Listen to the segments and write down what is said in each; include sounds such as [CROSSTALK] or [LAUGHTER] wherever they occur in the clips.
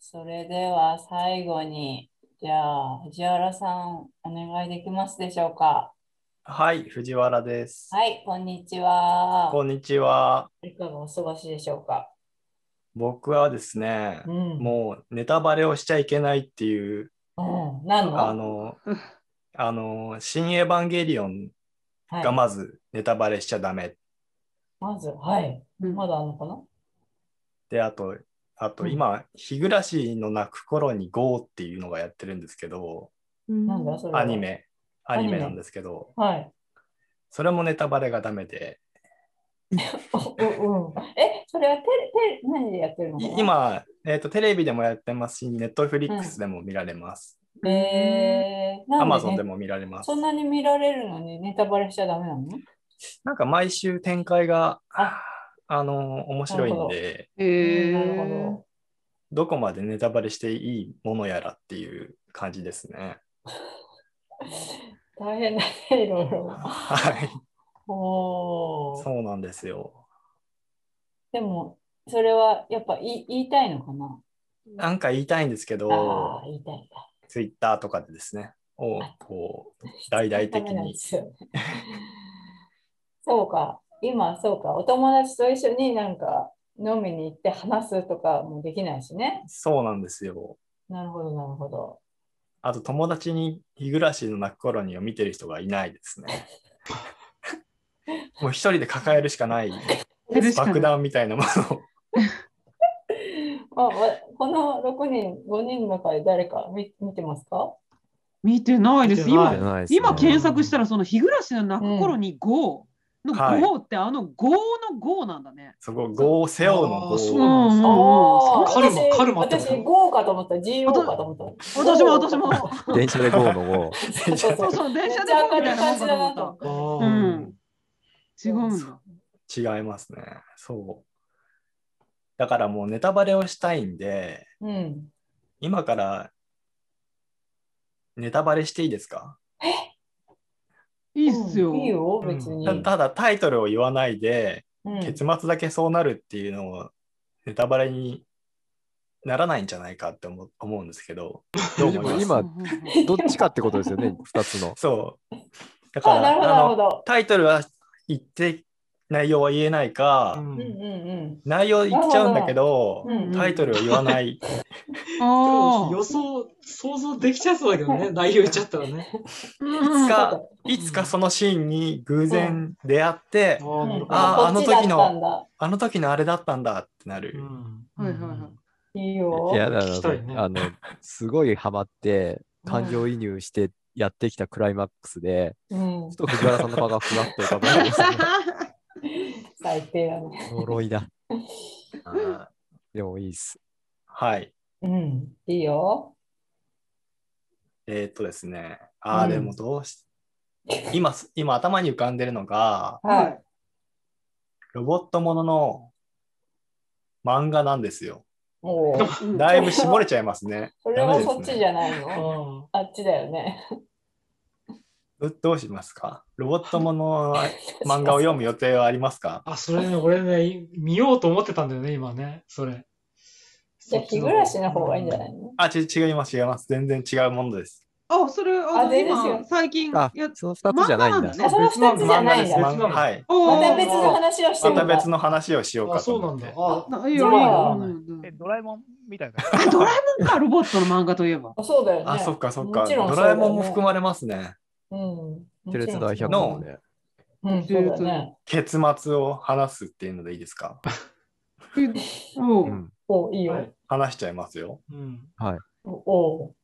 それでは最後に、じゃあ、藤原さん、お願いできますでしょうか。はい、藤原です。はい、こんにちは。こんにちは。いかがお過ごしでしょうか。僕はですね、んもうネタバレをしちゃいけないっていう、うん、何のあの、あの、新エヴァンゲリオンはいがまずネタバレしちゃダメ。まず、はい。まだあるのかなで、あと、あとうん今、日暮らしの泣く頃に GO っていうのがやってるんですけど、なんだそれはアニ。メ、アアニニメメなんですけど、はい。それもネタバレがダメで、おおうん、え、それはテレ、テレ、何でやってるのかいな、今、えーと、テレビでもやってますし、ネットフリックスでも見られます。えー、アなマんでゾねンでも見られますそ。んなに見られるのにネタバレしちゃダメなのなんか毎週展開が、ああの、面白いんで、へえ。なるほどこまでネタバレしていいものやらっていう感じですね。ど。大変だね、いろい [LAUGHS] ろ。はい、おーそうなんですよ。でも、それはやっぱい言いたいのかななんか言いたいんですけああどー、、言いたいんだ。ツイッターとかでですね、をこう、大々的にダメなん [LAUGHS] ですよね。そうか、今そうか、お友達と一緒になんか飲みに行って話すとかもできないしね。そうなんですよ。なるほど、なるほど。あと友達に日暮らしの泣く頃には見てる人がいないですね。もう一人で抱えるしかないやるしかない爆弾みたいなものを。あわこの6人、5人の中で誰か見見てますか見てないです。見てないで、今ないですね今検索したら、その日暮らしの泣く頃に GO のはい GO って、あの GO の GO なんだね。そこ、業を背負うのあーそうう業。んうんうんあーカルマ私カルマってこと私、豪華と思った、GO かと思った。私も私も。 [LAUGHS] 電車で GO の GO。そうそうそそう [LAUGHS] うそう、電車でめっ GO ちゃみたいなもんか明るい感じだなとと思った。あうーん。違うんだ。違いますね。そう。だからもうネタバレをしたいんで、うん。今からネタバレしていいですか、いいっすよ。うんいいよ、別に。たただタイトルを言わないで、うん結末だけそうなるっていうのをネタバレにならないんじゃないかって思う思うんですけど、どう思いますでも今うんうんうん [LAUGHS] どっちかってことですよね、2つの。そう。だかあ、ならるほど、なあるほのど。タイトルは言って内容は言えないか、うんうんうん内容言っちゃうんだけど、うん。うんタイトルを言わない。であもー予想、想像できちゃいそうだけ [LAUGHS] どね、内容言っちゃったらね。うんうん使ういつかそのシーンに偶然出会って、あーなるほどあーあの時のこっちだったんだあの時のあれだったんだってなる。うんはいはいはいいいよ。いや、だ聞きかたら、いねあの、すごいハマって、感情移入してやってきたクライマックスで、うんちょっと藤原さんの場がふわっと浮かばれましたね最低だね。おもろいな。あーでもいいっす。はい。うん。いいよ。えーっとですね。ああ、うんでもどうし、今、今頭に浮かんでるのが、はい。ロボットものの漫画なんですよ。もう、うんだいぶ絞れちゃいますね。 [LAUGHS] それダメはですそっちじゃないの。ああっちだよね。どどうしますかロボットものの漫画を読む予定はありますかーあ、それね、俺ね、い見ようと思ってたんだよね、今ね、それ。 [LAUGHS] じゃあ、日暮らしの方がいいんじゃないのあ、ち違います、違います。全然違うものです。あ、それ、ああの全然違う今、最近あやっ、その2つじゃないん漫画だな。んだあ、その二つじゃないん別だ。な漫画はい。まおーた別の話をしてまるたんだ。別の話をしようあ、かとそうな思っんだて。。あな、いいじゃよ、あいいよ。うんうんえドラえもんみたいな感あ、ドラえもんか、ロボットの漫画といえば。あそうだよね。あ、そっかそっか。もちろんドそうだラえよねもんも含まれますね。うん。テレツ大百科科ももねね。うん、そうだね。結末を話すっていうのでいいですかおう。うんお、いいーよ。話しちゃいますよ。うんうんお、お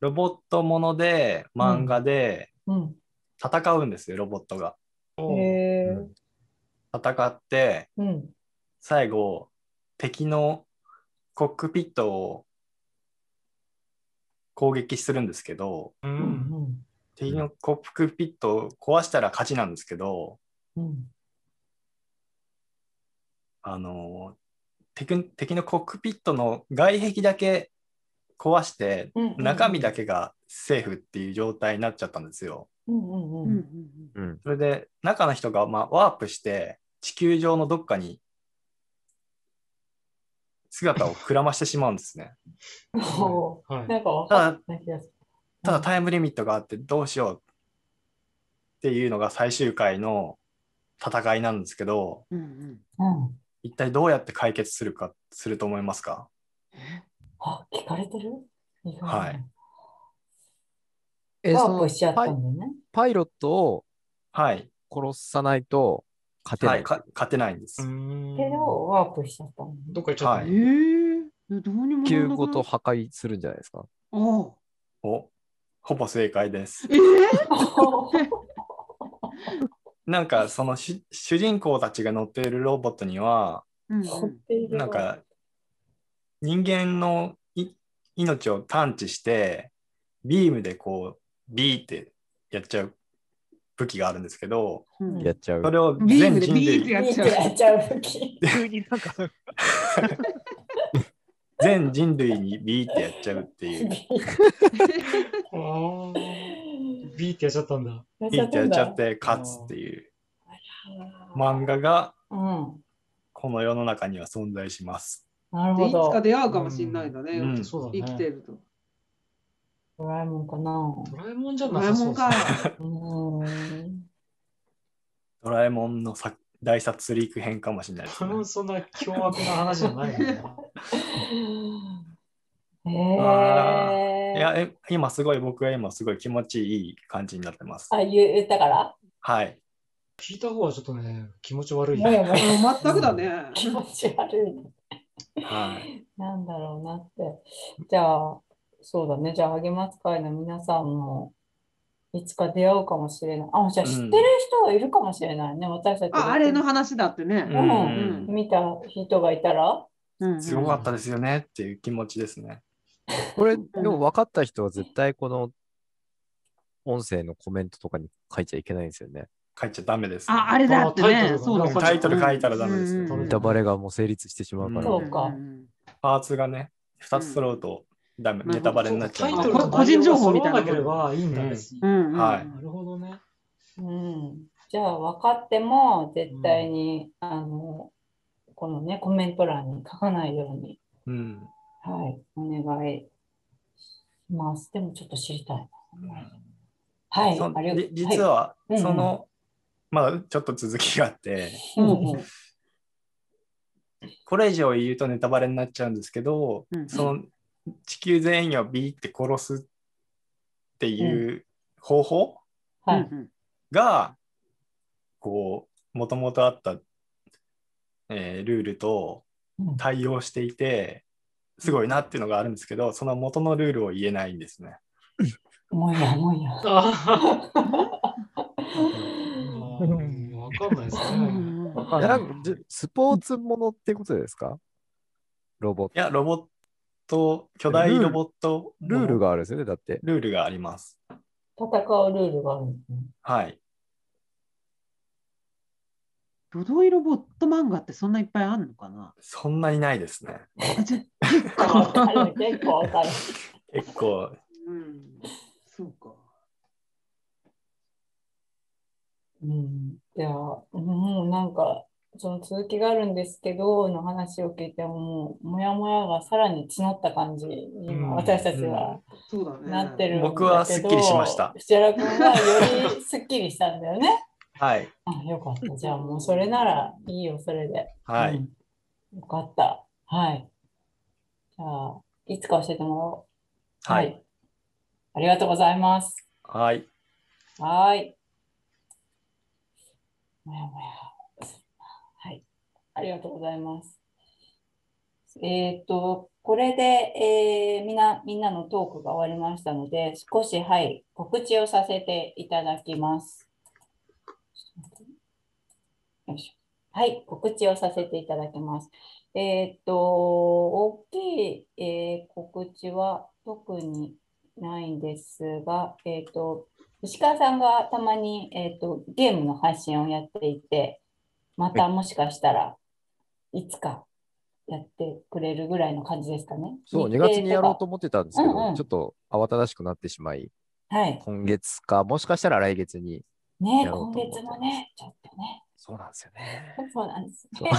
ロボットもので、漫画でう。うん。戦うんですよ、ロボットが。へえ。戦って、うん。最後、敵のコックピットを攻撃するんですけど、う。うんん。敵のコックピットを壊したら勝ちなんですけど、うん。あの敵敵のコックピットの外壁だけ壊して、うん。中身だけがセーフっていう状態になっちゃったんですよ。うんうんううん。うんんうん。それで中の人が、まあ、ワープして地球上のどっかに姿をくらましてしまうんですね。もはう、い。なんか分かった気がする。ただタイムリミットがあってどうしようっていうのが最終回の戦いなんですけど、うんうん。うん。一体どうやって解決するか、すると思いますかあ、聞かれてる意外だなはいえワそーのプしちゃったパイんだよね。パイロットをはい。殺さないと勝ては、ないい。か勝てないんです。んけど、ワープしちゃったんだどっね。か行っちゃっえたはねいー、えどうにもな球んなくなごと破壊するんじゃないですか。おうお、ほぼ正解です。えー、 [LAUGHS] なんかそのし主人公たちが乗っているロボットには、うんうん凝っているなんわか人間のい命を探知して、ビームでこう、ビーってやっちゃう武器があるんですけど、うんやっちゃうそ。れをビー全ムで人ビーって類、やっ見ちて [LAUGHS] ゃう。やっちゃう時。急になんか、全人類にビーってやっちゃうっ [LAUGHS] ていう。あービーってやっちゃったんだ。ビーってやっちゃっやっちゃったんだて勝つっていう漫画がうん。この世の中には存在します。なるでほいつかど。出会うかもしれないんだね。うんそうだね。生きてると。ドラえもんかドな。ラえもんじゃドなラえもさそんうか。うーん。ドラえもんのさ大殺戮編かもしれないでですすねね。そんな凶悪な話じゃないもんえな。あえ。いや、え今すごい僕は今すごい気持ちいい感じになってます。あ、言う言ったからはい。聞いた方はちょっとね、気持ち悪いもやね。もや [LAUGHS] あ全くだね。気持ち悪いね。はい。なんだろうなって。じゃあ、そうだね。じゃあ、励ます会の皆さんも、いつか出会うかもしれない。あ、じゃあ、うん知ってる人はいるかもしれないね。私たちあ、あれの話だってね。うん見た人がいたら、うんうんすごかったですよねっていう気持ちですね。これ、でも分かった人は絶対この音声のコメントとかに書いちゃいけないんですよね。書いちゃダメです、あ、あれだってね。あそうタイトルがだタイトル書いねたらダメですうよ。んダメネタバレがもう成立してしまうからそね。うかんパーツがね、2つ揃うとダメ、うんネタバレになっちゃうタイんで。トルとこ個人情報みたいななければいいんだ、うん別に。うなんうんはいるほどね。うん、じゃあ分かっても絶対に、あのこのねコメント欄に書かないように、うん。はい、お願いします。でもちょっと知りたいな。はい、そありがとうじ実はは、うんうんその、まあちょっと続きがあって、い、うんうんこれ以上言うとネタバレになっちゃうんですけど、うんその地球全員をビーって殺すっていう方法はうんい、うんが、こうもともとあった、えールールとうん対応していてすごいなっていうのがあるんですけどその元のルールを言えないんですね。もういいや、もういいや。あーわかんないですうんね。うんうんいなんかじスポーツものってことですかロボット。やロボット巨大ロボットルールがあるんですよね、だって。ルールがあります。戦うルールがあるんです [LAUGHS] ね。はい。ドドイロボット漫画ってそんないっぱいあんのかなそんなにないですね。[LAUGHS] あじゃわかる結構わかる。結構うんそうか。うん、じゃあ、もうなんか、その続きがあるんですけど、の話を聞いても、もう、もやもやがさらに募った感じに、う今、ん私たちはそうだね。なってるんだけど、僕はすっきりしました藤原君はよりすっきりしたんだよね。 [LAUGHS] はいあ、よかった。じゃあ、もうそれならいいよ、それで。はうい、んよかった。はい。じゃあ、いつか教えてもらおう。はい。ありがとうございます。はい。はーい。もやもや。はい。ありがとうございます。えっ、と、これで、えーみな、みんなのトークが終わりましたので、少し、はい、告知をさせていただきます。よいしょはい、告知をさせていただきます。えっ、と、大きい、えー告知は特にないんですが、えっ、と、石川さんがたまに、えー、とゲームの配信をやっていて、またもしかしたらいつかやってくれるぐらいの感じですかね。そう、日2程月にやろうと思ってたんですけど、うんうんちょっと慌ただしくなってしまい、か。はい。今月か、もしかしたら来月に。ねやろ今うと思って月もね、ちょっとね。そうなんですよね。そうなんですね。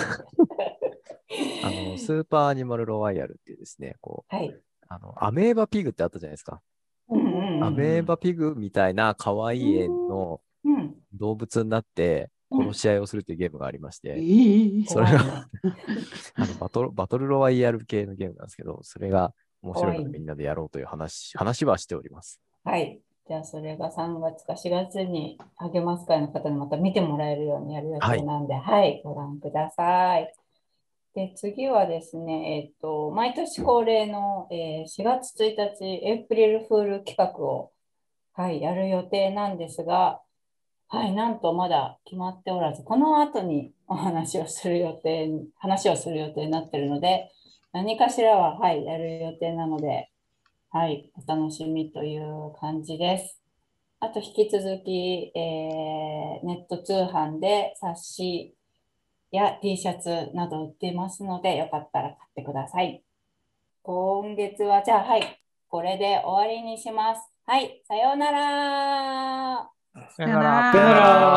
[LAUGHS] あの、スーパーアニマルロワイヤルっていうですね、こはい。あの、アメーバピグってあったじゃないですか。うんうんアメーバピグみたいな可愛い園のうん動物になって殺し合いをするっていうゲームがありましえて、ーそれ怖いねがあのバトル、バトルロワイヤル系のゲームなんですけど、それが面白いのはいでみんなでやろうという話、話はしております。はい。じゃあ、それが3月か4月に励ます会の方にまた見てもらえるようにやる予定なんで、はい、ご覧ください。で、次はですね、えっと、毎年恒例の、えー4月1日、エイプリルフール企画を、はい、やる予定なんですが、はい、なんとまだ決まっておらず、この後にお話をする予定、話をする予定になっているので、何かしらは、はい、やる予定なので、はい、お楽しみという感じです。あと引き続き、えーネット通販で冊子や T シャツなど売ってますので、よかったら買ってください。今月はじゃあ、はい、これで終わりにします。はい、さようなら。さよならさよなら